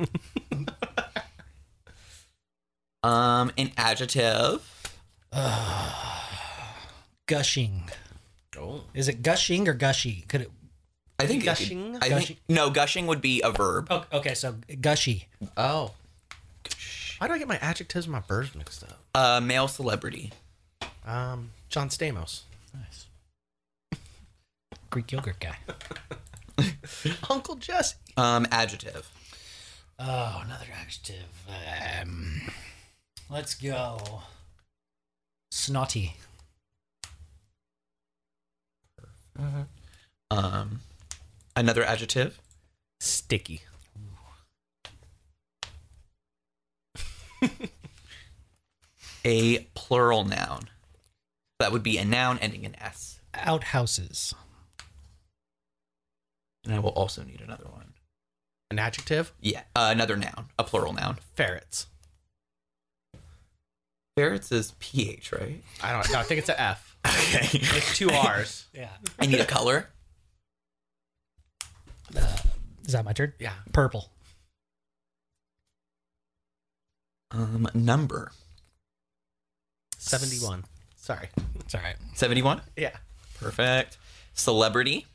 Um, an adjective.
Gushing.
oh.
Is it gushing or gushy? Could it?
I think it could-
Gushing?
I think
Gushing.
no, gushing would be a verb.
Oh, okay. So gushy.
Oh. Why do I get my adjectives and my verbs mixed up?
A Uh, male celebrity.
Um, John Stamos.
Nice. Greek yogurt guy.
*laughs* Uncle Jesse.
Um, adjective.
Oh, another adjective. Um, let's go. Snotty.
Um, another adjective.
Sticky.
A plural noun. That would be a noun ending in s.
Outhouses.
And I will also need another one.
An adjective?
Yeah, uh, another noun. A plural noun.
Ferrets.
Ferrets is ph, right? *laughs*
I don't know. I think it's a F.
Okay.
It's *laughs* two R's.
Yeah.
I need a color.
Is that my turn?
Yeah.
Purple.
Um, number
71. Sorry.
It's all right.
71.
Yeah.
Perfect. Celebrity.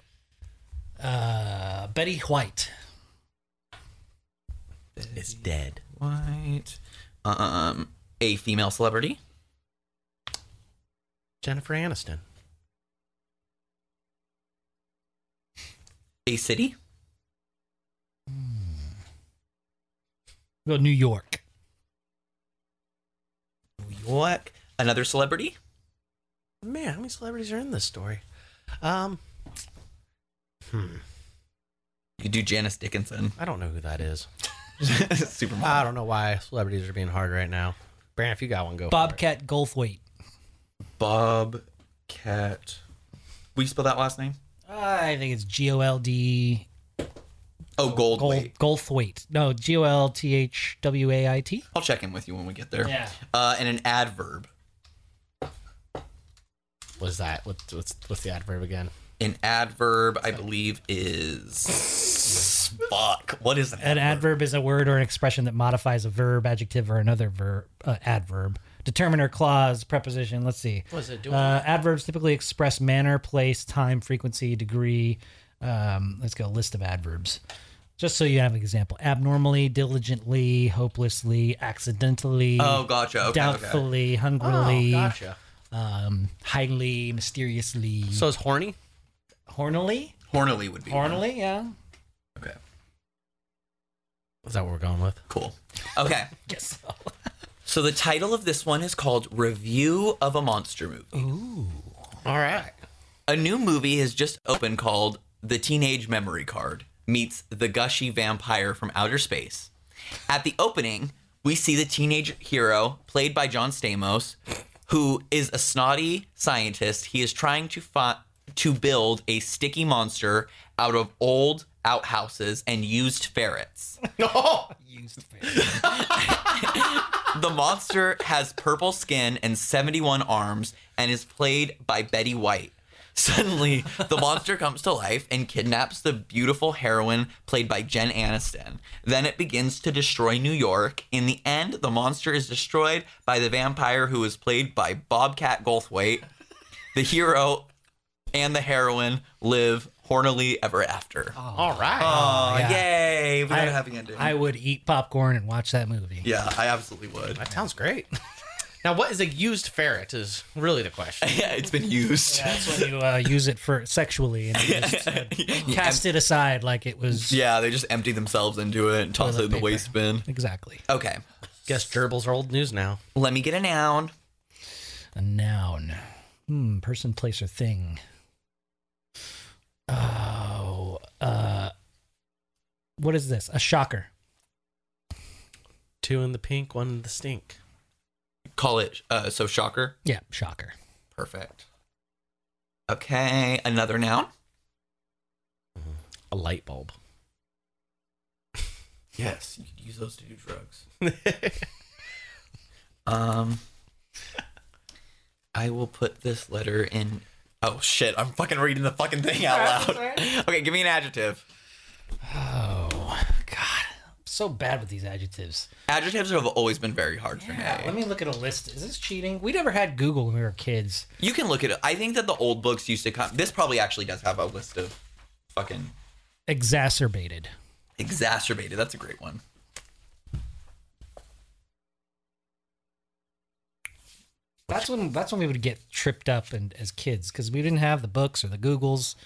Uh, Betty White.
It's dead.
White. Um, a female celebrity.
Jennifer Aniston.
A city.
Well, New York.
New York. Another celebrity.
Man, how many celebrities are in this story? Um, hmm,
You could do Janice Dickinson. *laughs*
I don't know who that is.
Supermodel.
I don't know why celebrities are being hard right now. Brand, if you got one, go. for it.
Bobcat Goldthwait.
Bob Cat. Will you spell that last name?
I think it's G O L D
Oh, Gold.
Gold Goldthwait. No, G O L T H W A I T.
I'll check in with you when we get there.
Yeah.
Uh, and an adverb.
Was that what, what's what's the adverb again?
An adverb, I believe, is fuck. What is an
An
adverb?
adverb is a word or an expression that modifies a verb, adjective, or another verb uh, adverb. Determiner, clause, preposition. Let's see.
Was it doing?
Uh, adverbs typically express manner, place, time, frequency, degree. Um, let's go list of adverbs. Just so you have an example: abnormally, diligently, hopelessly, accidentally,
Oh, gotcha. Okay, okay.
doubtfully,
oh,
hungrily,
gotcha.
um, highly, mysteriously,
So is horny?
hornily,
Hornily would be. one.
hornily. Yeah.
Okay.
Is that what we're going with?
Cool. Okay.
Guess so.
so the title of this one is called Review of a Monster Movie.
All right.
A new movie has just opened called The Teenage Memory Card Meets the Gushy Vampire from Outer Space. At the opening, we see the teenage hero, played by John Stamos, who is a snotty scientist. He is trying to fi- to build a sticky monster out of old outhouses and used ferrets.
No.
Used fair.
The monster has purple skin and 71 arms and is played by Betty White. Suddenly, the monster comes to life and kidnaps the beautiful heroine played by Jen Aniston. Then it begins to destroy New York. In the end, the monster is destroyed by the vampire who is played by Bobcat Goldthwait. The hero and the heroine live hornily ever after. Oh,
All right.
yeah.
yay! We got
I-
a happy ending.
I would eat popcorn and watch that movie.
yeah, I absolutely would.
that sounds great. *laughs* now, what is a used ferret? Is really the question.
Yeah, *laughs* it's been used.
That's when you uh, use it for sexually and you just uh,
*laughs* Yeah,
cast it aside like it was
Yeah, they just empty themselves into it and toss it in the
paper.
waste bin.
exactly
Okay,
Guess gerbils are old news now.
let me get a noun.
a noun. Hmm, person, place, or thing. Oh, uh, what is this? A shocker.
Two in the pink, one in the stink.
Call it uh, so shocker.
Yeah, shocker.
Perfect. Okay, another noun.
A light bulb.
Yes, you could use those to do drugs. *laughs* Um, I will put this letter in. Oh shit! I'm fucking reading the fucking thing out loud. *laughs* Okay, give me an adjective.
Oh, God. I'm so bad with these adjectives.
Adjectives have always been very hard for me.
Let me look at a list. Is this cheating? We never had Google when we were kids.
You can look at it. I think that the old books used to come. This probably actually does have a list of fucking
Exacerbated.
exacerbated. That's a great one.
That's when that's when we would get tripped up and as kids because we didn't have the books or the Googles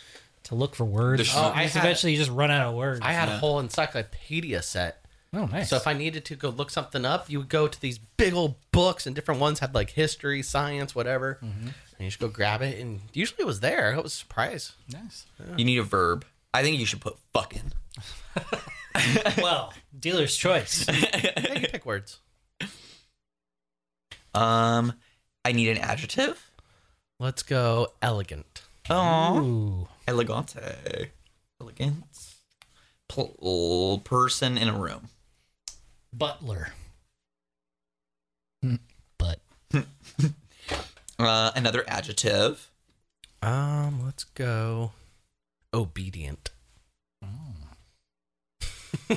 to look for words.
There's-
Oh, I
Just
had-
eventually you just run out of words.
I had a whole encyclopedia set.
oh, nice.
So if I needed to go look something up, you would go to these big old books, and different ones had like history, science, whatever. And you just go grab it, and usually it was there. It was a surprise.
nice.
You need a verb. I think you should put fucking.
*laughs* well, dealer's choice.
Yeah, you pick words.
Um, I need an adjective.
Let's go elegant.
Oh,
Ooh,
elegante, elegance, Pl- person in a room.
butler. Hmm, But
Uh, another adjective.
Um, let's go obedient.
I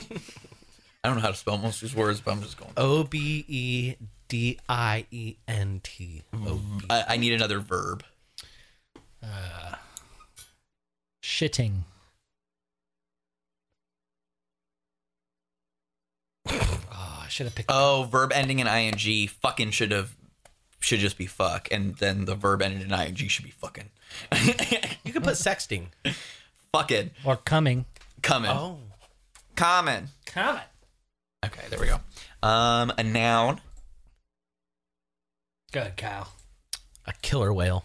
don't know how to spell most of these words, but I'm just going.
O B E D I E N T. Obe-
I, I need another verb.
uh, shitting. Oh, I should have picked.
Oh, verb ending in ing fucking should have should just be fuck, and then the verb ending in ing should be fucking. *laughs*
You could put sexting.
fucking
Or coming.
coming.
Oh.
Common.
Coming.
Okay, there we go. Um, a noun.
Good, Kyle.
A killer whale.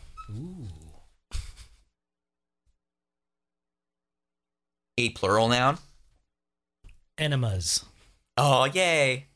A plural noun.
Enemas.
Oh yay.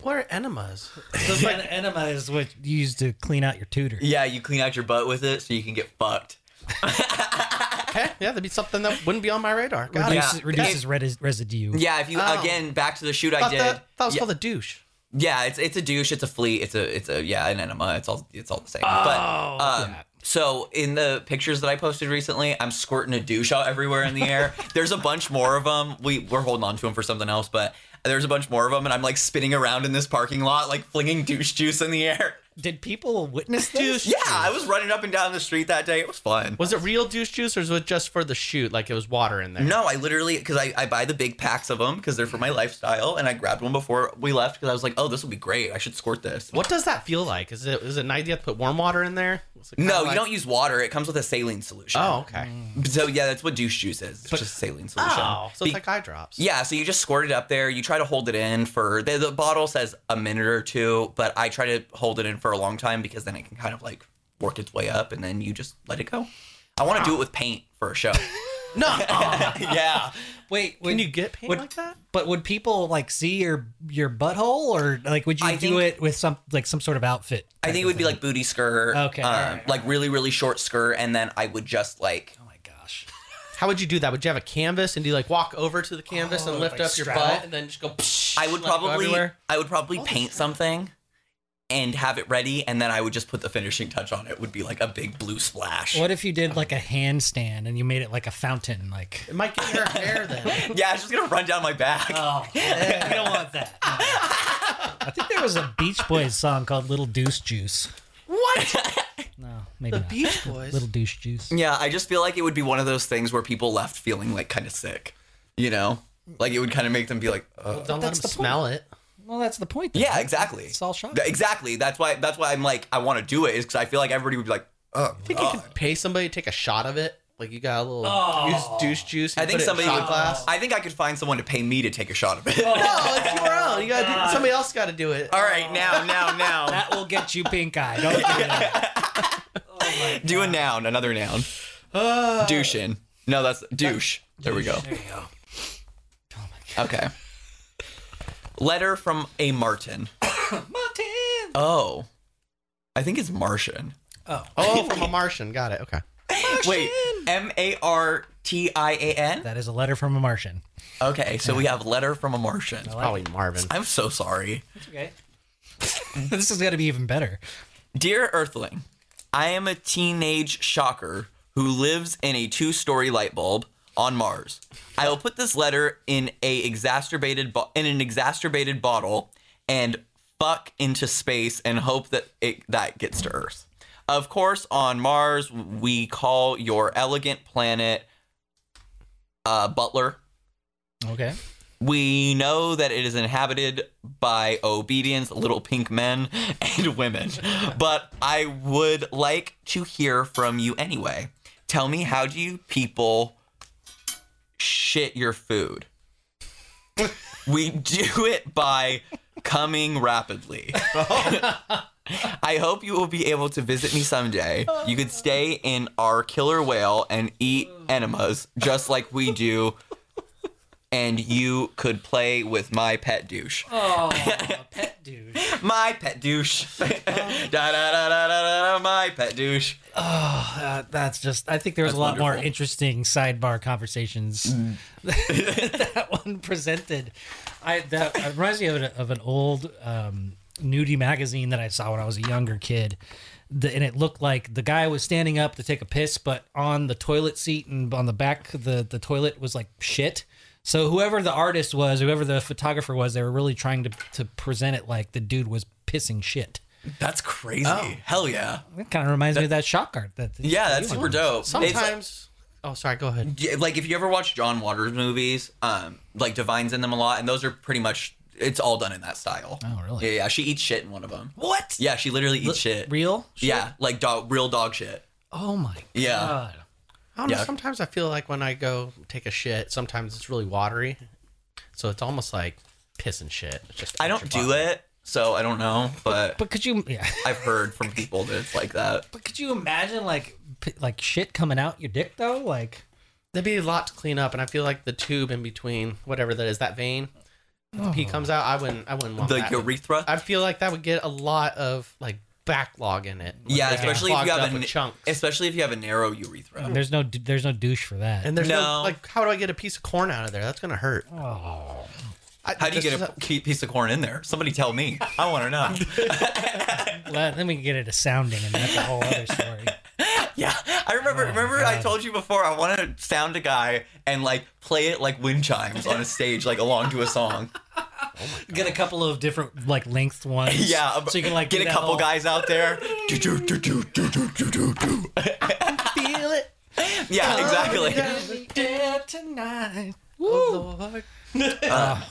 What are enemas?
Those en- enema is what you use to clean out your tutor.
Yeah, you clean out your butt with it so you can get fucked. *laughs*
Okay, yeah, that'd be something that wouldn't be on my radar. God,
Reduces,
Yeah.
reduces res- residue.
Yeah, if you
Oh.
again back to the shoot I
thought
did.
that, that was
yeah,
called a douche.
yeah, it's it's a douche, it's a flea, it's a it's a yeah, an enema. It's all it's all the same.
Oh,
but um, so in the pictures that I posted recently, I'm squirting a douche out everywhere in the
*laughs*
air. there's a bunch more of them. We we're holding on to them for something else, but there's a bunch more of them, and I'm like spinning around in this parking lot, like flinging douche juice in the air. *laughs*
Did people witness
Douche.
this?
Yeah, I was running up and down the street that day. It was fun.
Was it real douche juice or was it just for the shoot? Like it was water in there?
No, I literally because I, I buy the big packs of them because they're for my lifestyle, and I grabbed one before we left because I was like, oh, this will be great. I should squirt this.
What does that feel like? Is it is it nice? Do You have to put warm water in there. Is it kinda
No, you
like-
don't Mm. use water. It comes with a saline solution.
Oh, okay.
so yeah, that's what douche juice is. It's just saline solution.
Oh, so
Be-
it's like eye drops.
Yeah, so you just squirt it up there. You try to hold it in for the, the bottle says a minute or two, but I try to hold it in for a long time because then it can kind of like work its way up, and then you just let it go. I want to do it with paint for a
*laughs*
show. *laughs*
No. Oh.
yeah,
Wait,
Can you get paint
would-
like that?
But would people like see your your butthole, or like would you
I
do
think-
it with some like some sort of outfit?
I think it would be like booty skirt.
Okay,
um,
alright,
like really really short skirt, and then I would just like
Oh my gosh!
How would you do that? Would you have a canvas and do you like walk over to the canvas
Oh,
and lift
like
up your
strap
butt
it?
and then just go? psh,
I would
let it go
probably
everywhere?
I would probably
Oh,
paint
that's-
something and have it ready and then I would just put the finishing touch on it would be like a big blue splash.
What if you did like a handstand and you made it like a fountain? Like
It might get in your
*laughs*
hair then.
Yeah, it's just gonna run down my back.
oh, *laughs* we don't want that. I think there was a Beach Boys song called "Little Deuce Juice."
What? *laughs*
No, maybe
The
not.
Beach Boys.
Little Deuce Juice.
yeah, I just feel like it would be one of those things where people left feeling like kind of sick. You know? Like it would kind of make them be like, uh
Don't let
That's
them
the
smell it.
Well, that's the point. then.
Yeah, exactly.
It's all shot.
Th- Exactly. That's why that's why I'm like, I wanna do it, is because I feel like everybody would be like, oh,
I think you could pay somebody to take a shot of it. Like you got a little use douche juice. And
I think
put it in
somebody
a shot
would,
glass. Oh.
I think I could find someone to pay me to take a shot of it.
*laughs* No, *laughs* it's your own. You got to somebody else got to do it.
*laughs* all right, now, now, now.
that will get you pink eye. *laughs* Don't do that.
Do a noun, another noun.
Uh,
Douchin. No, that's douche. There we go.
Ah. There you go. Oh my god.
Okay. Letter from a Martin.
Martin.
Oh. I think it's Martian.
Oh,
oh, *laughs* from a Martian. Got it. Okay.
Wait, M A R T I A N?
that is a letter from a Martian.
Okay, so we have letter from a Martian.
Probably Marvin.
I'm so sorry.
Okay. *laughs* this is gonna be even better.
Dear Earthling, I am a teenage shocker who lives in a two-story light bulb on Mars. I will put this letter in a exacerbated bo- in an exacerbated bottle and fuck into space and hope that it that gets to Earth. Of course, on Mars we call your elegant planet uh, Butler.
Okay.
We know that it is inhabited by obedience, little pink men, *laughs* and women. But I would like to hear from you anyway. Tell me, how do you people shit your food? we do it by coming rapidly. *laughs* I hope you will be able to visit me someday. You could stay in our killer whale and eat enemas just like we do and you could play with my pet douche.
Oh, pet douche.
My pet douche. da, *laughs* da, da, da, da, da, my pet douche.
Uh, that's just. I think there was
That's
a lot more
wonderful. Mm.
interesting sidebar conversations *laughs* that one presented. I that reminds me of, an of an old um, nudie magazine that I saw when I was a younger kid. The, and it looked like the guy was standing up to take a piss, but on the toilet seat and on the back of the the toilet was like shit. So whoever the artist was, whoever the photographer was, they were really trying to to present it like the dude was pissing shit.
That's crazy. Oh. Hell yeah.
That kind of reminds me of that shot art. That
Yeah, that's super dope. It's
Sometimes. oh, sorry. Go ahead.
like, yeah, like if you ever watch John Waters movies, um, like Divine's in them a lot, and those are pretty much it's all done in that style.
Oh, really?
Yeah, yeah. She eats shit in one of them.
What?
Yeah, she literally eats shit.
Real? shit?
Yeah, like dog, real dog shit.
Oh my
Yeah.
god.
I don't know.
Yeah.
Sometimes I feel like when I go take a shit, sometimes it's really watery, so it's almost like piss and shit. It's just
I don't do it, so I don't know, but
But could you yeah. *laughs*
I've heard from people that it's like that.
But could you imagine like p- like shit coming out your dick though? Like
There'd be a lot to clean up, and I feel like the tube in between, whatever that is, that vein, if the pee comes out. I wouldn't. I
Oh,
wouldn't want
The
that.
urethra.
I feel like that would get a lot of like backlog in it. Like,
yeah,
it'd get
especially if
clogged
you
up
have a
with
n-
chunks.
especially if you have a narrow urethra.
there's no there's no douche for that.
and there's no.
No.
like, how do I get a piece of corn out of there? That's gonna hurt.
oh.
I,
How do you
this
get
is
a p- piece of corn in there? Somebody tell *laughs* me. I want to know.
Well, then we can get into sounding and that's a whole other
*laughs*
story.
yeah, I remember. remember, I told you before. I want to sound a guy and like play it like wind chimes on a stage, like along to a *laughs* song.
Get a couple of different like length ones.
*laughs* Yeah,
So you can like
get
do
a
that
couple
whole-
guys out *laughs* there. Do, do, do, do, do, do, do, do, do. *laughs*
feel it.
Oh, yeah, *laughs* exactly.
tonight.
Oh, Lord.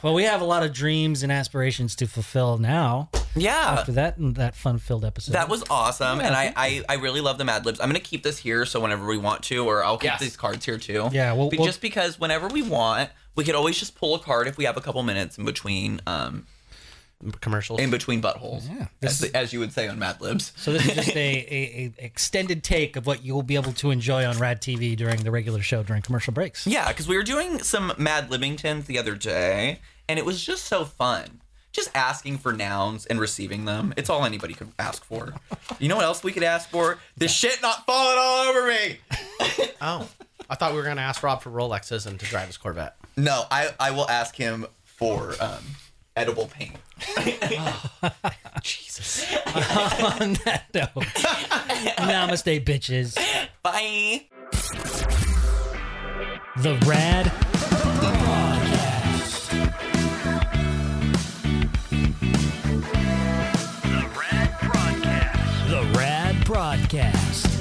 Well, we have a lot of dreams and aspirations to fulfill now.
Yeah.
For that that fun filled episode.
That was awesome, and I, I I really love the Mad Libs. I'm gonna keep this here, so whenever we want to, or I'll keep
Yes.
these cards here too.
Yeah, we'll-
Be-
we'll-
just because whenever we want, we could always just pull a card if we have a couple minutes in between, um,
Commercials.
in between buttholes,
Yeah.
as,
This-
as you would say on Mad Libs.
So this is just a, a, a extended take of what you'll be able to enjoy on Rad TV during the regular show during commercial breaks.
Yeah, because we were doing some Mad Libbingtons the other day, and it was just so fun. Just asking for nouns and receiving them. It's all anybody could ask for. You know what else we could ask for? This shit not falling all over me.
oh, I thought we were gonna ask Rob for Rolexes and to drive his Corvette.
No, I, I will ask him for um, edible paint.
Jesus.
On that note, namaste, bitches.
Bye.
The Rad
The Rad Broadcast.
The Rad Broadcast.